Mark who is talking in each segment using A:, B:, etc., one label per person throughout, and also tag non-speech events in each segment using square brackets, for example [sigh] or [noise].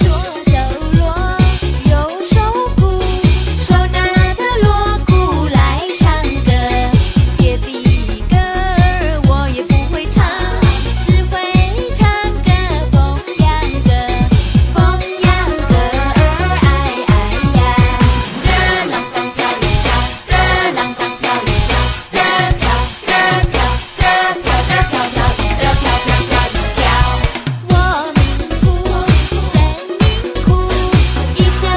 A: 左手锣，右手鼓，手拿着锣鼓来唱歌。别的歌儿我也不会唱，只会唱个风扬歌，风扬歌儿哎哎呀，热浪当飘一飘，热浪当飘一飘，热飘热飘热飘热飘飘，热飘飘飘一飘。我命苦，真命苦，一生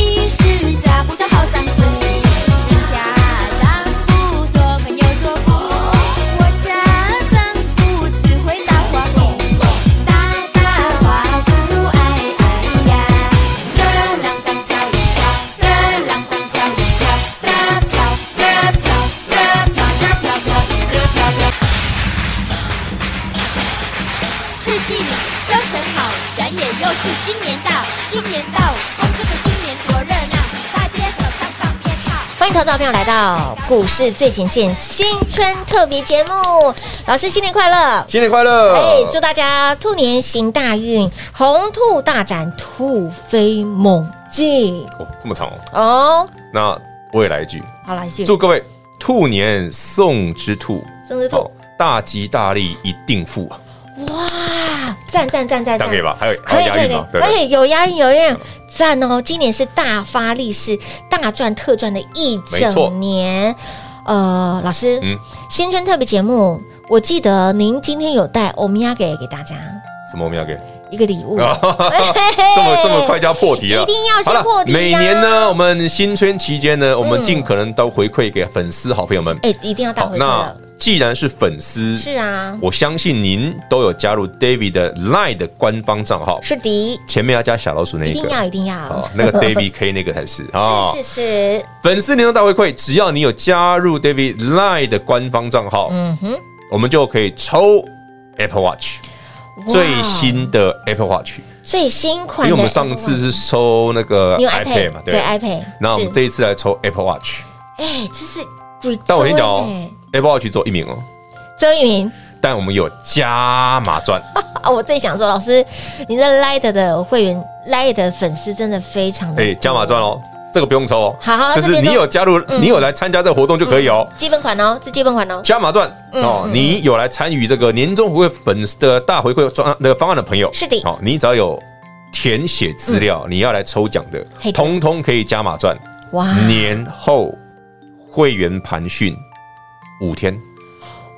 A: 一世咋不找好丈夫？人家丈夫左看右左顾，我家丈夫只会打花鼓，打打花鼓哎哎呀，热浪当飘一飘，热浪当飘一飘，热飘热飘热飘热飘飘热飘飘。四季里收成好，转眼又是新年到，新年到，哦，这个新年多热闹，大街小巷放鞭炮。
B: 欢迎投资者朋友来到股市最前线新春特别节目，老师新年快乐！
C: 新年快乐！
B: 哎，祝大家兔年行大运，红兔大展，突飞猛进
C: 哦，这么长哦。
B: 哦！
C: 那我也来一句，
B: 好了，继续
C: 祝各位兔年送之兔，
B: 生日
C: 好
B: 兔，
C: 大吉大利，一定富啊！
B: 哇，赞赞赞赞
C: 这
B: 赞！
C: 样可以吧？还有
B: 哎可
C: 还
B: 以
C: 有
B: 可
C: 押
B: 以
C: 韵吗？
B: 可以，
C: 对嗯不
B: 哎，
C: 对？
B: 有押韵有押韵，赞哦！今年是大发利市，大赚特赚的一
C: 没错
B: 整年。呃，老师，
C: 嗯
B: 新春特别节目，我记得您今天有带欧米亚给给大家
C: 什么我们要给？
B: 一个礼物，
C: 啊 [laughs] 哈哈
B: 嘿嘿嘿
C: 这么这么快就要破题了，
B: 哎一定要先
C: 好了
B: 破题呀
C: 每年呢，我们新春期间呢，我们
B: 嗯
C: 尽可能都回馈给粉丝好朋友们。
B: 哎，一定要带
C: 好，
B: 回去
C: 那
B: 了。
C: 既然是粉丝，
B: 是啊，
C: 我相信您都有加入 David 的 Line 的官方账号，
B: 是的，
C: 前面要加小老鼠那
B: 一
C: 一
B: 定
C: 个。
B: 要一定要
C: 哦，，那个 David K 那个才是啊，
B: [laughs] 是是是，
C: 粉丝联动大回馈，只要你有加入 David Line 的官方账号，
B: 嗯哼，
C: 我们就可以抽 Apple Watch
B: 哇
C: 最新的 Apple Watch，
B: 最新
C: 因
B: 款的 Apple Watch，
C: 为我们上次是抽那个
B: 你有
C: iPad 嘛，
B: iPad 对
C: 对不对。
B: iPad，
C: 那我们
B: 是
C: 这一次来抽 Apple Watch，
B: 哎，这是鬼
C: 但我
B: 周
C: 先讲哦
B: 哎
C: ，Apple Watch 只有一名哦，
B: 周一鸣。
C: 但我们有加码赚，
B: 啊，我最想说，老师，你的 Light 的会员、Light 的粉丝真的非常的
C: 哎，加码赚
B: 哦，
C: 哦，这个不用抽哦，
B: 好
C: 就
B: 这
C: 是
B: 边嗯
C: 你
B: 都
C: 有加入，你有来参加这个活动就可以哦。
B: 基本款哦，是基本款哦，
C: 加码赚
B: 嗯
C: 哦！
B: 嗯
C: 你有来参与这个年终回馈本的大回馈专那个方案的朋友，
B: 是的嗯
C: 好，你只要有填写资料，你要来抽奖
B: 嘿
C: 的，通通可以加码赚。
B: 哇
C: 年后会员盘训五天，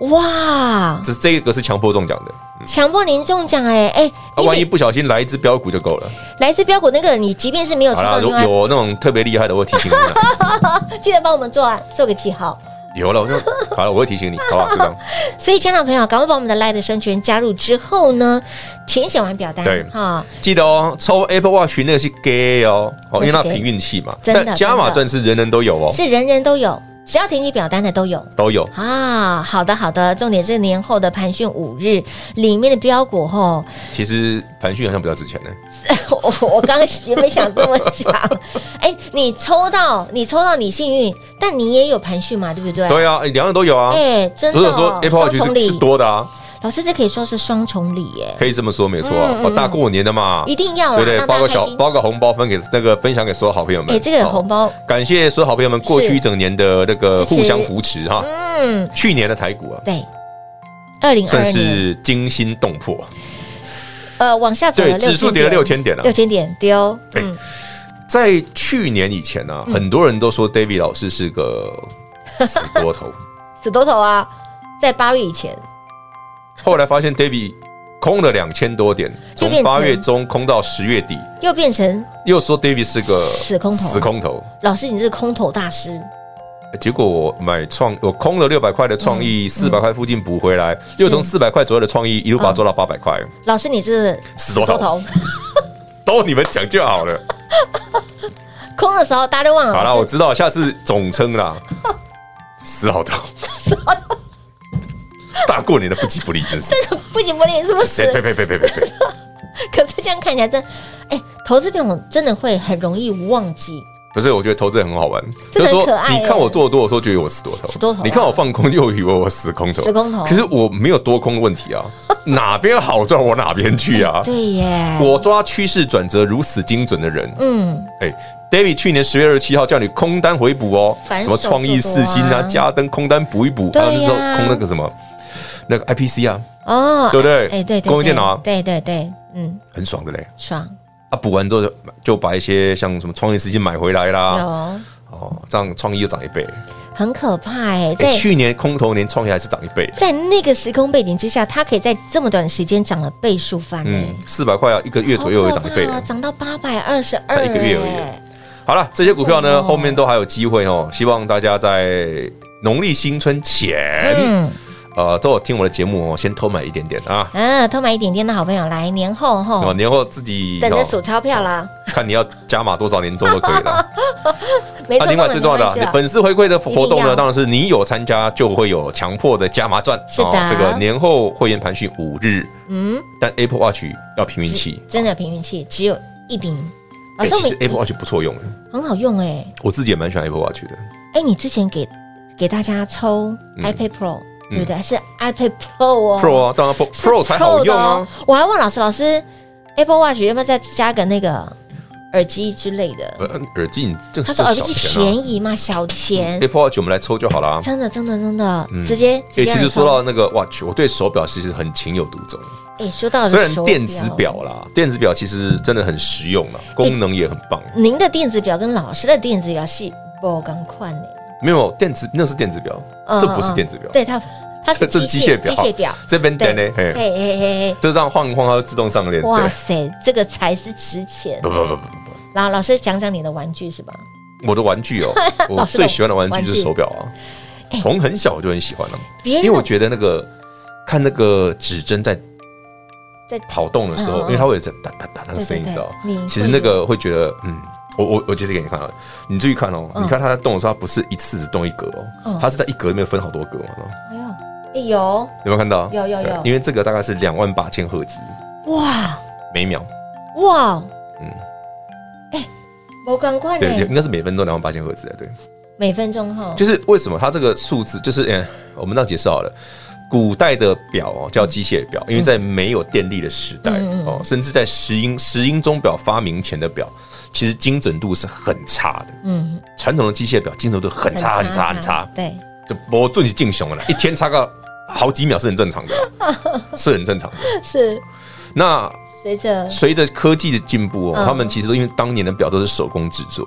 B: 哇，
C: 这这个是强迫中奖的，
B: 强迫您中奖哎哎，
C: 啊，
B: 你
C: 万一
B: 每
C: 不小心来一只标股就够了。
B: 来自标股那个，你即便是没有抽
C: 好
B: 到
C: 啦，
B: 另
C: 如
B: 外，
C: 有那种特别厉害的，我会提
B: [laughs]
C: 醒你啦。
B: 记得帮我们做啊，做个记号。
C: 有了，我就好了，我会提醒你，好不好？就这样。
B: 所以，家长朋友，赶快把我们的 Light 生全加入之后呢，填写完表单，
C: 对
B: 哈，
C: 记得哦，抽 Apple Watch 那个是 gay 哦，哦，因为它
B: 那是 gay
C: 凭运气嘛。
B: 真的
C: 但加码钻是人人都有哦，
B: 是人人都有，只要填写表单的都有。
C: 都有。
B: 啊，好的好的，重点是年后的盘讯五日里面的标股吼，
C: 其实盘讯好像比较值钱呢。
B: [laughs] 我我刚刚原本想这么讲，哎、你抽到你抽到你幸运，但你也有盘序嘛，对不对？、
C: 对啊，哎两样都有啊。
B: 哎、真的、
C: 如
B: 哦，
C: 果说 Apple
B: 双
C: Watch
B: 重
C: 是
B: 礼
C: 是，多的啊，
B: 老师这可以说是双重礼耶，
C: 可以这么说，没错啊。
B: 嗯嗯
C: 哦，大过年的嘛，
B: 一定要啦啊
C: 对不对？
B: 让
C: 包
B: 大
C: 个
B: 家开
C: 小
B: 心。
C: 包个红包分给那个分享给所有好朋友们。
B: 哎、这个
C: 哦
B: 红包，
C: 感谢所有好朋友们过
B: 是
C: 去一整年的那
B: 支
C: 个
B: 持
C: 互相扶持哈。
B: 嗯，
C: 去年的台股啊，
B: 对，二零二
C: 真
B: 二年，
C: 是惊心动魄。
B: 呃，往下走
C: 对，
B: 了
C: 指数跌了六
B: 六千
C: 千点啊
B: 六。千点丢，
C: 哎
B: 嗯，
C: 在去年以前呢、啊，很多人都说 David 老师是个死多
B: [laughs]
C: 头，
B: 死多头啊，在八月以前，
C: 后来发现 David 空了两千多点，
B: 就
C: 从
B: 变成
C: 八月中空到十月底，
B: 又变成
C: 又说 David 是个
B: 死空头
C: 死空头
B: 老师你是空头大师，
C: 结果我买创，我空了六百块的创
B: 嗯
C: 意，四百块附近补回来，又从四百块左右的创意一路把它做到八百块，
B: 老师，你这
C: 死多头，都你们讲就好了。
B: [laughs] 空的时候大家都忘了。
C: 好了，我
B: 老师
C: 知道，下次总称啦，死
B: [laughs]
C: 老头，大过年的不急不利，真是。
B: 不仅不练，是不 [laughs] 是
C: 谁？？呸呸呸呸呸呸！
B: 可是这样看起来真，哎、投资这种真的会很容易忘记。
C: 不是，我觉得投资很好玩，
B: 真
C: 就
B: 的很
C: 是说
B: 可爱
C: 你
B: 耶
C: 看我做多的时候，就以为我死多头；
B: 死多头啊
C: 你看我放空，就以为我死空头。
B: 死空头啊
C: 可是我没有多空的问
B: [laughs]
C: 题啊，哪边好赚我哪边去啊。
B: 对耶，
C: 我抓趋势转折如此精准的人，
B: 嗯，
C: 哎、d a v i d 去年十月二十七号叫你空单回补哦，
B: 反手
C: 什么创意四星
B: 做多
C: 啊
B: 啊，
C: 加登空单补一补，
B: 对呀啊
C: 还有那时候空那个什么那个 IPC 啊，
B: 哦，
C: 对不对
B: 哎、对对对，
C: 工业电脑啊
B: 对对对，嗯，
C: 很爽的嘞。
B: 爽
C: 啊，补完之后就就把一些像什么创意四星买回来啦，
B: 有，
C: 哦，这样创意又涨一倍。
B: 很可怕哎、
C: 哎、
B: 在
C: 去年空头年创意还是涨一倍，
B: 在那个时空背景之下，它可以在这么短的时间涨了倍数翻哎、
C: 嗯，四百块啊，一个月
B: 好
C: 左右也
B: 可
C: 涨一倍
B: 怕哦
C: 了。
B: 涨到八百二十二，
C: 才一个月而已
B: 哎。
C: 好了，这些股票呢，
B: 哦
C: 后面都还有机会哦，希望大家在农历新春前，
B: 嗯
C: 呃，都有听我的节目哦，先偷买一点点啊。
B: 啊，偷买一点点的好朋友来年后
C: 哦，
B: 吼，
C: 年后自己
B: 等着
C: 哦
B: 数钞票啦。
C: 看你要加码多少年终都可以了。
B: [laughs] 没
C: 啊，
B: 错，
C: 另外最重要的
B: 没关
C: 啊
B: 系啦
C: 粉丝回馈的活
B: 一
C: 动
B: 定要
C: 呢，当然是你有参加就会有强迫的加码赚。
B: 是的
C: 这个年后会员盘讯五日，
B: 嗯，
C: 但 Apple Watch 要凭运气。
B: 真哦的凭运气，只有一瓶。老
C: 哎，
B: 师，我
C: 其实
B: 们
C: Apple Watch 不错用，
B: 很好用哎、
C: 我自己也蛮喜欢 Apple Watch 的。
B: 哎、你之前给给大家抽
C: 嗯
B: iPad Pro，、对不对？是 iPad Pro 哦
C: Pro 啊，当然 Pro
B: 是
C: Pro 才好用
B: 的
C: 啊
B: 哦。。我还问老师，老师 Apple Watch 要不要再加个那个耳机之类的？
C: 呃，耳机你这
B: 他
C: 个
B: 说
C: 这
B: 耳
C: 是
B: 机
C: 小钱啊嗯
B: 便宜嘛，小钱，
C: ，Apple Watch 我们来抽就好了啊。
B: 真的真的真的，
C: 嗯
B: 直接直接
C: 哎，其
B: 让你
C: 实说
B: 抽
C: 到那个 Watch，我对手表其实很情有独钟。
B: 哎、说到
C: 虽然
B: 手
C: 电子表啦，电子表其实真的很实用啦，功能也很棒。
B: 您的电子表跟老师的电子表是不赶快呢，
C: 没有电子，那是电子表，
B: 嗯
C: 这不是电子表，
B: 对它它是
C: 这这是
B: 机
C: 机
B: 械
C: 械表，
B: 机械表，
C: 这边
B: 对
C: 点呢，
B: 嘿
C: 嘿，
B: 嘿嘿嘿，
C: 就这样晃一晃，它会自动上链。
B: 哇
C: 对，
B: 塞，这个才是值钱。
C: 不不不不不，
B: 然后老师讲讲你的玩具是吧？
C: 我的玩具哦，
B: [laughs]
C: 我
B: 老师的
C: 最喜欢的玩具就
B: 玩
C: 是
B: 具
C: 手表啊，从很小我就很喜欢了，
B: 别
C: 因
B: 人
C: 为
B: 的
C: 我觉得那个看那个指针在
B: 在
C: 跑动的时候
B: 嗯嗯，
C: 因为它会有在哒哒哒那个声音，你
B: 对对对
C: 知道吗
B: 你会？
C: 其实那个会觉得，嗯，我我我解释给你看啊，你注意看哦，
B: 嗯
C: 你看它在动的时候，它不是一次只动一格
B: 嗯
C: 哦，它是在一格里面分好多格嘛，
B: 哎呦，哎有
C: 有没有看到？
B: 有有
C: 对
B: 有
C: 因为这个大概是两万八千赫兹
B: 哇
C: 每秒，
B: 哇，嗯
C: 嗯，
B: 哎，我赶快呢
C: 对，，应该是每分钟两万八千赫兹的，对。
B: 每分钟哈，
C: 就是为什么它这个数字，就是嗯，我们这样解释好了。古代的表哦叫机械表，因为在没有电力的时代
B: 嗯嗯嗯
C: 哦，甚至在石英石英钟表发明前的表，其实精准度是很差的。
B: 嗯，
C: 传统的机械表精准度很差很差很差，
B: 对，
C: 就我准是进熊了啦，一天差个好几秒是很正常的啊， [laughs] 是很正常的。
B: 是
C: 那
B: 随着
C: 随着科技的进步哦
B: 嗯，
C: 他们其实因为当年的表都是手工制作，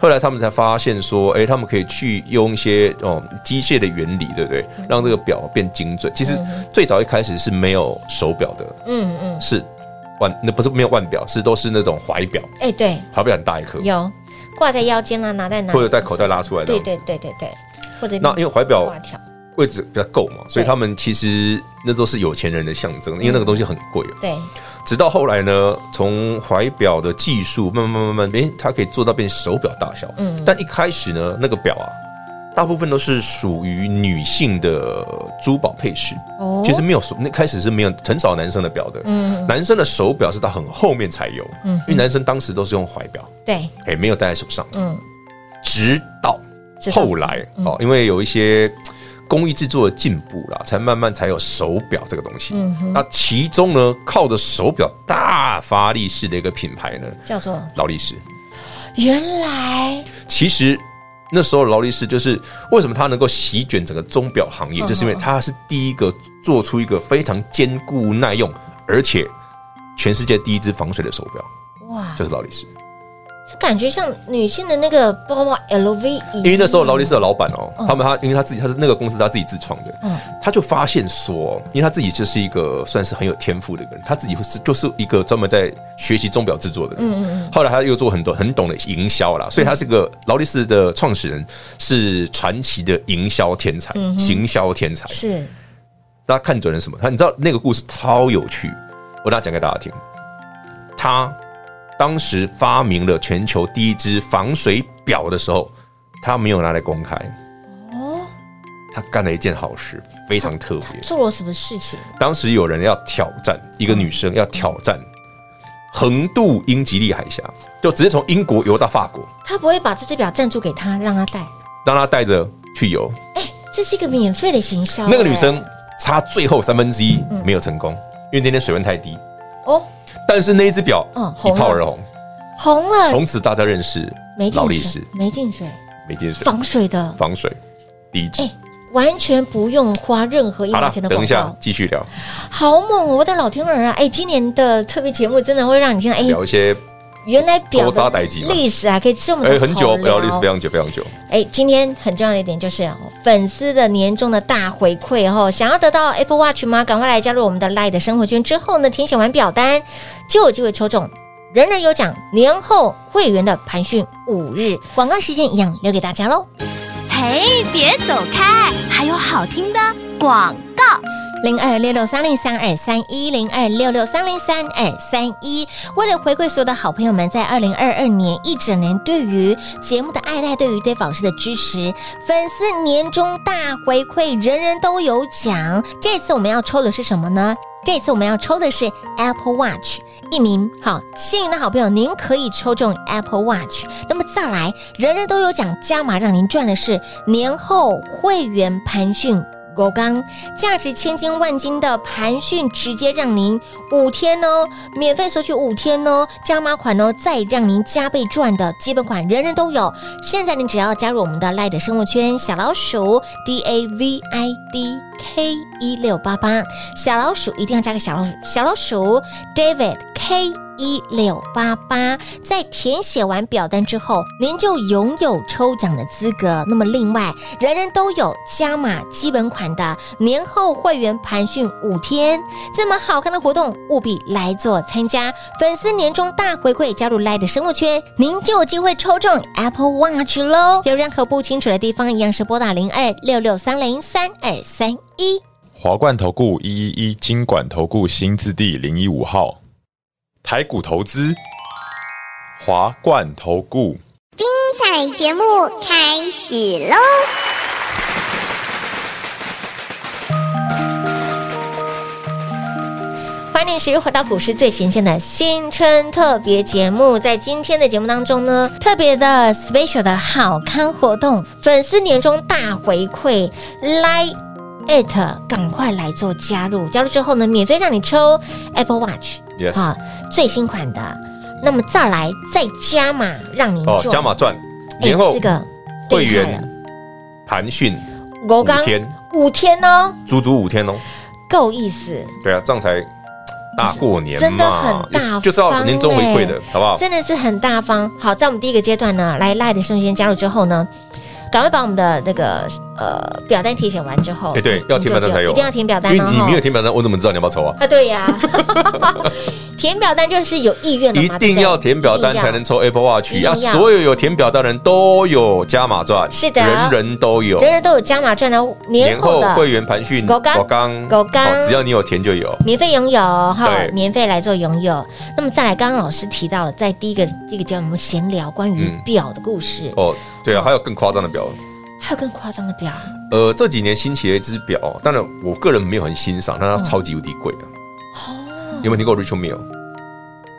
C: 后来他们才发现说，哎，他们可以去用一些哦机械的原理，对不对？让这个表变精准。其实最早一开始是没有手表的，
B: 嗯嗯，
C: 是腕那不是没有腕表，是都是那种怀表，
B: 哎对，
C: 怀表很大一颗，
B: 有挂在腰间啦，啊拿在哪里，
C: 或者在口袋拉出来
B: 对
C: 这样子
B: 对对对对，或者
C: 那因为怀表
B: 挂条，
C: 位置比较够嘛，所以他们其实那都是有钱人的象征，因为那个东西很贵哦。
B: 对，
C: 直到后来呢，从怀表的技术慢慢慢慢慢，诶、它可以做到变手表大小。嗯，但一开始呢，那个表啊，大部分都是属于女性的珠宝配饰，
B: 哦
C: 其实没有手，那开始是没有很少男生的表的。嗯，男生的手表是到很后面才有，嗯，因为男生当时都是用怀表，
B: 嗯对，
C: 哎、没有戴在手上。
B: 嗯
C: 嗯，直到
B: 直到
C: 后来哦，因为有一些工艺制作的进步啦，才慢慢才有手表这个东西。那其中呢，靠着手表大发力士的一个品牌呢，
B: 叫做
C: 劳力士。
B: 原来
C: 其实那时候劳力士就是为什么它能够席卷整个钟表行业，就是因为它是第一个做出一个非常坚固耐用，而且全世界第一只防水的手表，
B: 哇
C: 就是劳力士。
B: 感觉像女性的那个包包 LV，
C: 因为那时候劳力士的老板哦，
B: 嗯
C: 他们他因为他自己他是那个公司他自己自创的，
B: 嗯
C: 他就发现说，哦因为他自己就是一个算是很有天赋的一个人，他自己是就是一个专门在学习钟表制作的人。嗯嗯嗯。后来他又做很多很懂得营销啦，所以他是个劳力士的创始人，是传奇的营销天才，行销天才。
B: 是
C: 大家看准了什么？他你知道那个故事超有趣，我大家讲给大家听。他当时发明了全球第一只防水表的时候，他没有拿来公开，
B: 哦，
C: 他干了一件好事，非常特别。
B: 做了什么事情？
C: 当时有人要挑战一个女生，要挑战横渡英吉利海峡，就直接从英国游到法国，
B: 他不会把这只表赞助给他，让他戴。
C: 让她带着去游。
B: 这是一个免费的行销。
C: 那个女
B: 哎
C: 生差最后三分之一没有成功，因为那天水温太低。
B: 哦
C: 但是那一只表
B: 嗯
C: 一
B: 红了
C: 炮而红，
B: 红了，
C: 从此大家认识
B: 没进
C: 劳
B: 水
C: 力士，
B: 没进水，
C: 每件事
B: 防水的，
C: 防水第一支
B: 哎。完全不用花任何一
C: 好
B: 毛
C: 了
B: 钱，的
C: 等
B: 广
C: 一下
B: 告，
C: 继续聊
B: 好猛哦！我的老天儿啊！哎，今年的特别节目真的会让你听到，哎，
C: 聊一些
B: 原来表
C: 勾扎
B: 的
C: 代际嘛
B: 历史啊，可以这么
C: 哎
B: 的
C: 很
B: 好
C: 久
B: 聊
C: 聊历史非常久非常久，
B: 哎，今天很重要的一点就是哦粉丝的年终的大回馈哦，想要得到 Apple Watch 吗？赶快来加入我们的 Light 的生活圈之后呢，填写完表单就有机会抽中。人人有奖，年后会员的盘讯五日广告时间一样留给大家喽。
A: 嘿，别走开，还有好听的广告。
B: 零二六六三零三二三一零二六六三零三二三一。为了回馈所有的好朋友们，在二零二二年一整年对于节目的爱戴，对于对老师的支持，粉丝年终大回馈，人人都有奖。这次我们要抽的是什么呢？这次我们要抽的是 Apple Watch 一名好幸运的好朋友，您可以抽中 Apple Watch。那么再来，人人都有奖加码，让您赚的是年后会员盘讯。狗刚价值千金万金的盘讯，直接让您五天哦，免费索取五天哦，加码款哦，再让您加倍赚的基本款，人人都有。现在您只要加入我们的赖的生活圈小老鼠 D A V I D K 一六八八，小老鼠一定要加个小老鼠，小老鼠 David K 一六八八，在填写完表单之后，您就拥有抽奖的资格。那么，另外人人都有加码基本款的年后会员盘讯五天，这么好看的活动，务必来做参加。粉丝年终大回馈，加入 l i 的生活圈，您就有机会抽中 Apple Watch 喽。有任何不清楚的地方，一样是拨打零二六六三零三二三一。
D: 华冠投顾一一一金管投顾新字第零一五号，台股投资，华冠投顾。
E: 彩节目开始喽！
B: 欢迎持续回到股市最前线的新春特别节目，在今天的节目当中呢，特别的 special 的好康活动，粉丝年终大回馈，来 at 赶快来做加入，加入之后呢，免费让你抽 Apple Watch
C: ，yes，
B: 啊，最新款的，那么再来再加码让您
C: 哦
B: 赚，
C: 加码赚，
B: 哎
C: 年后
B: 这个
C: 会
B: 厉害了啊
C: 员盘讯
B: 我
C: 五
B: 刚
C: 天，
B: 五天哦，
C: 足足五天哦，
B: 够意思。
C: 对啊，这样才大过年嘛，
B: 真的很大方
C: 就是要年终回馈的
B: 嘞，
C: 好不好？
B: 真的是很大方。好，在我们第一个阶段呢，来赖的瞬间加入之后呢，赶快把我们的那个呃表单填写完之后，
C: 哎对要填表单才有
B: 一定要填表单
C: 因
B: 哦。
C: 为你没有
B: 哈
C: 填表单，我怎么知道你要不要抽啊？
B: 啊，对呀、 [laughs] 填表单就是有意愿的
C: 一
B: 嘛，对不
C: 定
B: 对
C: 要填表
B: 一
C: 单
B: 定要
C: 才能抽 Apple Watch
B: 一定
C: 啊！
B: 要
C: 所有有填表单的人都有加码赚，
B: 是的
C: 人人都有。
B: 人人都有加码赚的年后的
C: 会员盘讯，
B: 狗干
C: 刚
B: 狗干
C: 哦只要你有填就有。
B: 免费拥有哈
C: 对，
B: 免费来做拥有。那么再来，刚刚老师提到了，在第一个第一个阶段我们闲聊关于
C: 嗯
B: 表的故事，
C: 哦，对啊，还有更夸张的表。
B: 还有更夸张的表，
C: 呃，这几年兴起的一只表，当然我个人没有很欣赏，但
B: 哦
C: 它超级无敌贵啊。有没有听过 Rachel Mill？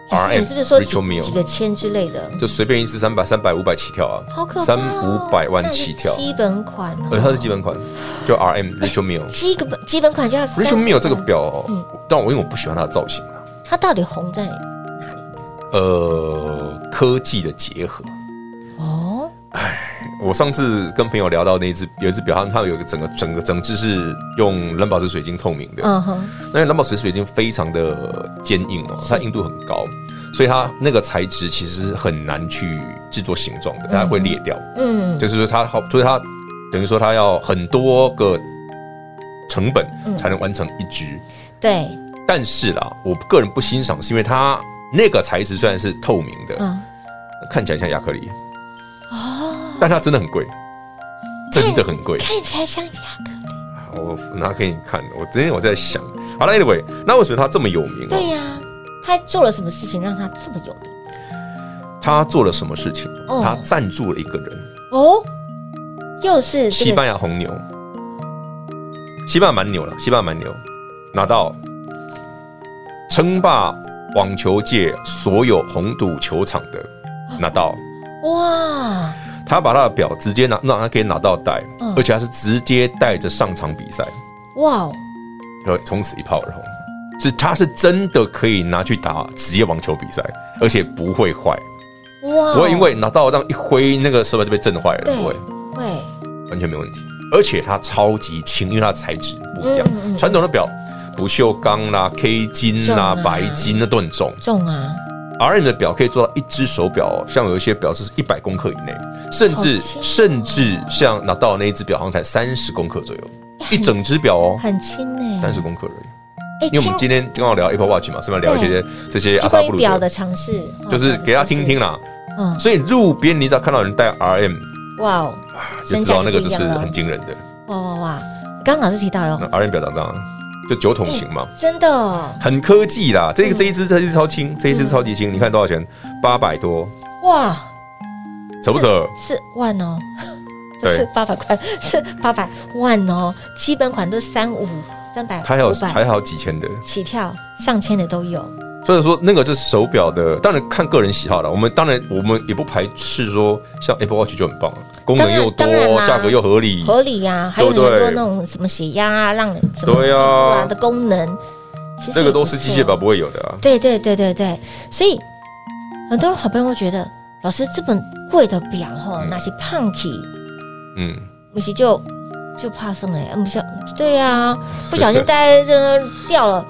B: 老师
C: RM
B: 你是不是说
C: Rachel
B: 几
C: Mill
B: 几个千之类的？
C: 就随便一只三百、三百、五百起跳啊，
B: 好可怕、哦，
C: 三五百万起跳
B: 那是基本款、哦，
C: 呃，它是基本款，就 RM Rachel Mill。
B: 基本基本款就要三
C: Rachel Mill 这个表哦
B: 嗯，
C: 但我因为我不喜欢它的造型啊，
B: 它到底红在哪里？
C: 呃，科技的结合。
B: 哦，
C: 我上次跟朋友聊到那一只有一只表，它它有一个整个整个整只是用蓝宝石水晶透明的，
B: 嗯哼，
C: 那蓝宝石水晶非常的坚硬哦，它硬度很高，所以它那个材质其实是很难去制作形状的，它会裂掉。
B: 嗯，
C: 就是说它好，所以它等于说它要很多个成本
B: 嗯
C: 才能完成一只。
B: 对，
C: 但是啦，我个人不欣赏，是因为它那个材质虽然是透明的，
B: 嗯，
C: 看起来像亚克力哦，但它真的很贵，真的很贵。
B: 看起来像亚克力，
C: 我拿给你看，我之前我在想，好了，anyway，那为什么它这么有名、
B: 对
C: 哦？
B: 呀、他做了什么事情让他这么有名？
C: 他做了什么事情
B: 哦？
C: 他赞助了一个人，
B: 哦，又是这个
C: 西班牙红牛，西班牙蛮牛了，西班牙蛮牛，拿到称霸网球界所有红土球场的，拿到。
B: 哇，
C: 他把他的表直接拿，让他可以拿到带，
B: 嗯
C: 而且他是直接带着上场比赛，
B: 哇哦，
C: 然后从此一炮而红。是，他是真的可以拿去打职业网球比赛，而且不会坏，
B: 哇哦，
C: 不会因为拿到这样一挥，那个手表就被震坏了，
B: 对
C: 不会，
B: 会
C: 完全没问题。而且它超级轻，因为它的材质不
B: 嗯
C: 一
B: 嗯嗯
C: 样。传统的表，不锈钢啦、K 金
B: 重
C: 啦、
B: 啊
C: 白金那都很重。
B: 中啊，
C: RM 的表可以做到一只手表哦，像有一些表是一百公克以内，甚至
B: 好轻哦
C: 甚至像拿到那一只表，好像才三十公克左右，
B: [laughs]
C: 一整只表哦，
B: 很轻呢、
C: 三十公克而已。
B: 哎，
C: 因为我们
B: 轻
C: 今天刚好聊 Apple Watch 嘛，顺便聊一些这些阿
B: 就
C: 萨
B: 关
C: 布
B: 于
C: 鲁
B: 表
C: 的
B: 的，尝试，哦
C: 就是给大家听听，啦。
B: 表的尝试
C: 所以路边你只要看到有人戴 RM，
B: 嗯，哇哦，
C: 就
B: 身
C: 知
B: 价
C: 道那个
B: 不
C: 就
B: 一样啊哦
C: 是
B: 了
C: 很惊人的。
B: 哇哇哇！刚刚老师提到
C: 那
B: 哟，
C: RM 表长这样，就九筒型嘛，
B: 真的哦
C: 很科技啦。这
B: 嗯
C: 个这一只这一只超轻，这一只超级轻，你看多少钱？八百多，
B: 哇，
C: 扯不扯？
B: 是万哦， [laughs] 不
C: 对
B: 是八百块， [laughs] 是八百万哦，基本款都三五三百，
C: 它还有嗯
B: 500
C: 还好几千的，
B: 起跳，上千的都有，
C: 所以说那个就是手表的，当然看个人喜好了。我们当然我们也不排斥说像 Apple Watch 就很棒，啊功能又
B: 当然当然
C: 多，
B: 啦
C: 价格又合理。
B: 合理呀、还有很
C: 对不对
B: 多那种什么血压啊，让你什么
C: 对
B: 记
C: 呀
B: 录啊的功能，其实
C: 这
B: 也
C: 个
B: 不
C: 都是机械
B: 错
C: 表不会有的啊，
B: 对对对对对，所以很多好朋友会觉得，老师这么贵的表哈，
C: 嗯
B: 那些胖 k
C: 嗯，
B: 不是就就怕送哎，不小对啊，不小心戴在这个掉了，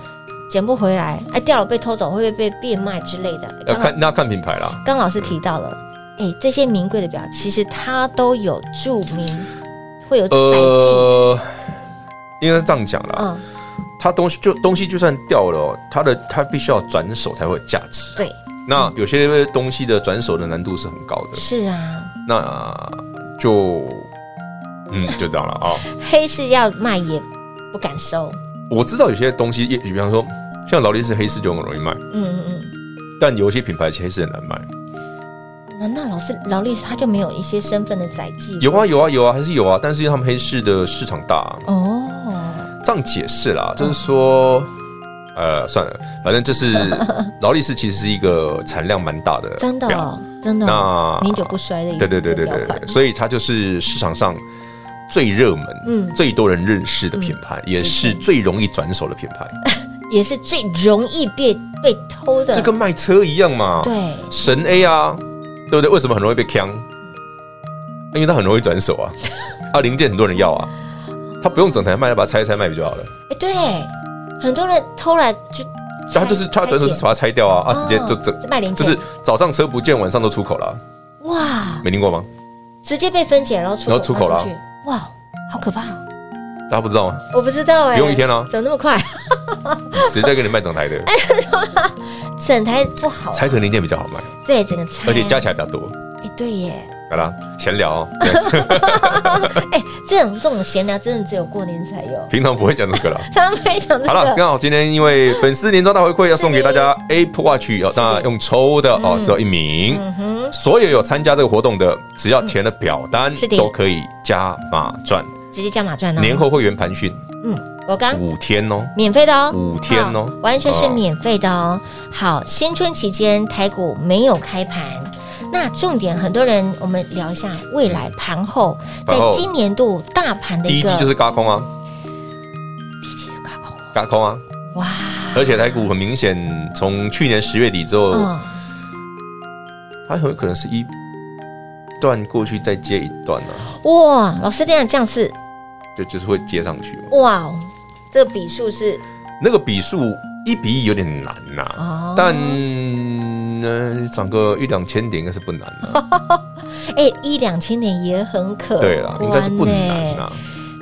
B: 捡不回来，哎掉了被偷走，会不会被变卖之类的？
C: 要
B: 刚
C: 看那要看品牌啦。
B: 刚老师提到了，哎，这些名贵的表其实它都有注明，会有载记，
C: 呃，应该这样讲啦，
B: 嗯，
C: 它东西就东西就算掉了哦，它的它必须要转手才会有价值。
B: 对，
C: 那有些东西的转手的难度是很高的，
B: 是啊，
C: 那就嗯就这样了啊、
B: 黑市要卖也不敢收，
C: 我知道有些东西，也比方说像劳力士黑丝就很容易卖，
B: 嗯嗯嗯。
C: 但有些品牌黑丝很难卖。
B: 难道老师劳力士他就没有一些身份的载记？
C: 有啊有啊有啊，还是有啊，但是因为他们黑市的市场大、
B: 哦，
C: 这样解释啦，就是说。
B: 嗯
C: 呃，算了，反正就是劳力士其实是一个产量蛮大的表，
B: 真的哦，真的哦，
C: 那
B: 年久不衰的一个
C: 对对对对
B: 表
C: 对
B: 款
C: 对，所以它就是市场上最热门、
B: 嗯
C: 最多人认识的品牌，也是最容易转手的品牌。
B: 也是最容易被被偷的。
C: 这跟卖车一样嘛，
B: 对，哎
C: 神 A 啊，对不对？为什么很容易被坑？因为它很容易转手啊，啊，零件很多人要啊，它不用整台卖，它把它拆一拆卖不就好了？
B: 哎对，很多人偷来就
C: 所以它就是它转手是把它拆掉啊，啊，直接就整
B: 哦就卖零
C: 就
B: 件
C: 是早上车不见，晚上都出口了啊，
B: 哇，
C: 没听过吗？
B: 直接被分解，然后出
C: 然后出口了
B: 卖出去哇，好可怕哦！
C: 大家不知道吗？
B: 我不知道哎，
C: 不用一天啊
B: 怎么那么快？ [laughs]
C: 谁在给你卖整台的？
B: 整台不好，
C: 拆成零件比较好卖，
B: 对整个拆，
C: 而且加起来比较多。
B: 哎对耶，
C: 好啦，闲聊、哦，
B: 哎这种这种闲聊真的只有过年才
C: [laughs]
B: 有，
C: 平常不会讲这个啦。
B: 他们没讲这
C: 好了，
B: 个，
C: 刚好今天因为粉丝年终大回馈要送给大家 Apple Watch 哦，那用抽的哦，只有一名。
B: 嗯
C: 所有有参加这个活动的，只要填了表单
B: 是的，
C: 都可以加码赚。
B: 直接加码赚哦。
C: 年后会员盘训
B: 嗯，我刚
C: 五天哦，
B: 免费的哦，
C: 五天哦
B: 好完全是免费的哦。好，新春期间台股没有开盘，那重点很多人我们聊一下未来盘后，在
C: 盘后
B: 今年度大盘的
C: 第
B: 一
C: 一
B: 个
C: 季就是嘎空啊，嘎空啊，
B: 哇，
C: 而且台股很明显，从去年十月底之后，
B: 嗯，
C: 它很有可能是一段过去再接一段啊，
B: 哇，老师这样这样是
C: 就就是会接上去嘛。
B: 哇哦，这个笔数是
C: 那个比数一比一有点难呐、
B: 哦
C: 但呢呃涨个一两千点应该是不难的、
B: 哎，一两千点也很可观、
C: 对
B: 欸，
C: 啦，应该是不难啦。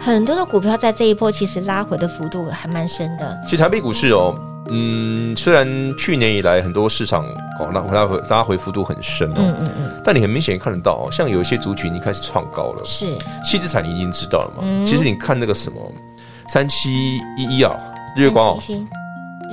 B: 很多的股票在这一波其实拉回的幅度还蛮深的，
C: 其实台北股市哦，嗯，虽然去年以来很多市场哦拉拉回拉回幅度很深哦，
B: 嗯嗯嗯，
C: 但你很明显看得到哦，像有一些族群已经开始创高了，
B: 是
C: 细资产你已经知道了嘛。
B: 嗯
C: 其实你看那个什么三七一一啊，日月光哦
B: 三，七一七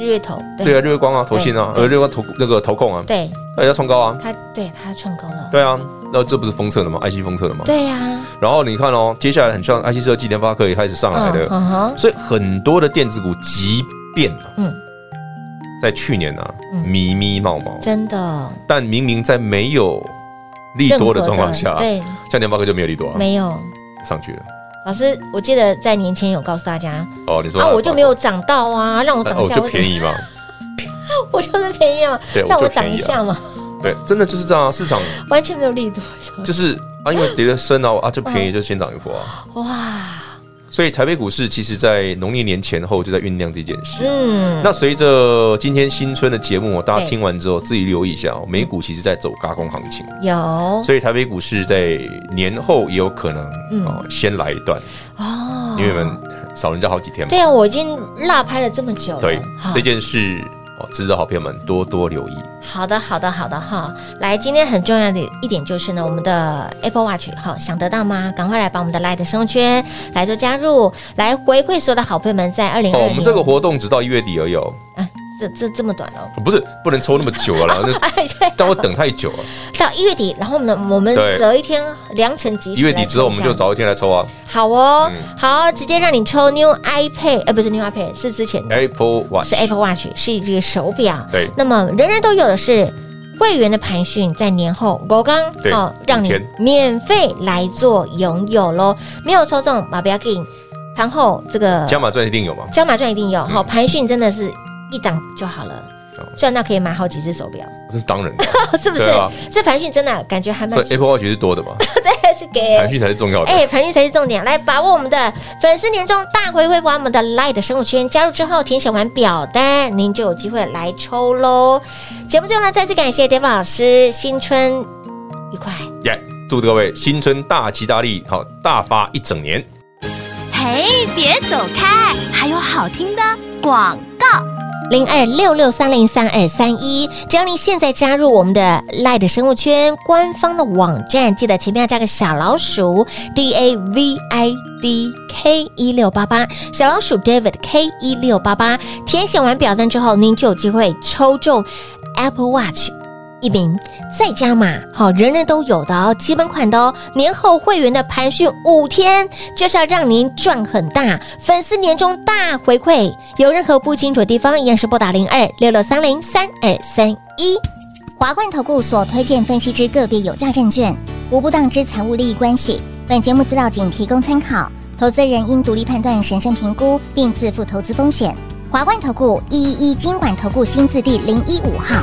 B: 日月头，
C: 对啊，日月光啊，投信啊，
B: 对
C: 呃，日月光投那个投控啊，
B: 对，
C: 大家创高啊，
B: 它对它创高了，
C: 对啊，那这不是封测的吗？IC 封测的吗？
B: 对呀、
C: 然后你看哦，接下来很像 IC 设计、联发科也开始上来
B: 嗯
C: 了，
B: 嗯哼，
C: 所以很多的电子股，即便啊，
B: 嗯
C: 在去年啊
B: 嗯，
C: 迷迷冒冒，
B: 真的，
C: 但明明在没有利多的状况下，
B: 对，
C: 像联发科就没有利多啊，
B: 没有。
C: 上去了。
B: 老师，我记得在年前有告诉大家
C: 哦，你说
B: 啊，
C: 它
B: 我就没有涨到啊，让我
C: 那
B: 涨
C: 哦，
B: 一下，
C: 就便宜嘛，
B: [laughs] 我就是便宜嘛
C: 对，
B: 让
C: 我
B: 我
C: 就
B: 涨
C: 便
B: 一
C: 宜啊
B: 下嗯嘛，
C: 对，真的就是这样啊，市场
B: 完全没有力度，
C: 就是啊，因为跌得深
B: [laughs]
C: 啊，啊就
B: 嗯
C: 便宜就先涨一波啊，
B: 哇，
C: 所以台北股市其实在农历年前后就在酝酿这件事。啊
B: 嗯，
C: 那随着今天新春的节目哦，大家
B: 对嗯
C: 听完之后自己留意一下哦，美股其实在走嘎空行情，
B: 有
C: 所以台北股市在年后也有可能哦先来一段，
B: 嗯哦
C: 因为我们少人家好几天嘛
B: 对。啊，我已经落拍了这么久了，
C: 对
B: 好，
C: 这件事哦，值得好朋友们多多留意。
B: 好的，好的，好的哈。来，今天很重要的一点就是呢，我们的 Apple Watch 哈，想得到吗？赶快来把我们的 Light 的生活圈来做加入，来回馈所有的好朋友们，在二零二
C: 哦，我们这个活动直到一月底而已哦，
B: 啊，这这这么短哦。 [laughs]
C: 不是不能抽那么久了啦，那
B: 哎，对，
C: 但我等太久了。
B: 到一月底，然后我们呢，我们
C: 对
B: 择一天良辰吉
C: 一
B: 时，
C: 月底之后，我们就
B: 找
C: 找一天来抽啊
B: 好哦，
C: 嗯
B: 好，直接让你抽 New iPad，呃，不是 New iPad，是之前的
C: ，Apple Watch
B: 是 Apple Watch，是这个手表。
C: 对
B: 那么人人都有的是会员的盘讯，在年后狗刚哦
C: 对
B: 让
C: 五
B: 你
C: 天
B: 免费来做拥有喽。没有抽中，马不要紧，盘后这个
C: 加码钻一定有嘛？
B: 加码赚一定有哈，盘讯真的是一档就好了
C: 嗯好。
B: 赚到可以买好几只手表， [laughs]
C: 这是当然的，
B: 是不是
C: 对啊？
B: 这盘讯真的感觉还蛮
C: 所以 Apple Watch 是多的嘛，
B: 对，是给
C: 盘序才是重要的。
B: 哎，盘讯才是重点，来把握我们的粉丝年终大回馈，把我们的 Light 的生活圈加入之后，填写完表单，您就有机会来抽喽。节目最后呢，再次感谢 Dave 老师，新春愉快。
C: 耶，祝各位新春大吉大利，好大发一整年。
A: 嘿，别走开，还有好听的广告。
B: 零二六六三零三二三一。只要您现在加入我们的 Light 生物圈官方的网站，记得前面要加个小老鼠 D A V I D K 一六八八，小老鼠 David K 一六八八。填写完表单之后，您就有机会抽中 Apple Watch。一名再加码，好，人人都有的哦，基本款的哦，年后会员的盘讯五天，就是要让您赚很大，粉丝年终大回馈。有任何不清楚的地方，一样是拨打零二六六三零三二三一。
E: 华冠投顾所推荐分析之个别有价证券，无不当之财务利益关系。本节目资料仅提供参考，投资人应独立判断、审慎评估，并自负投资风险。华冠投顾一一一金管投顾新字第零一五号。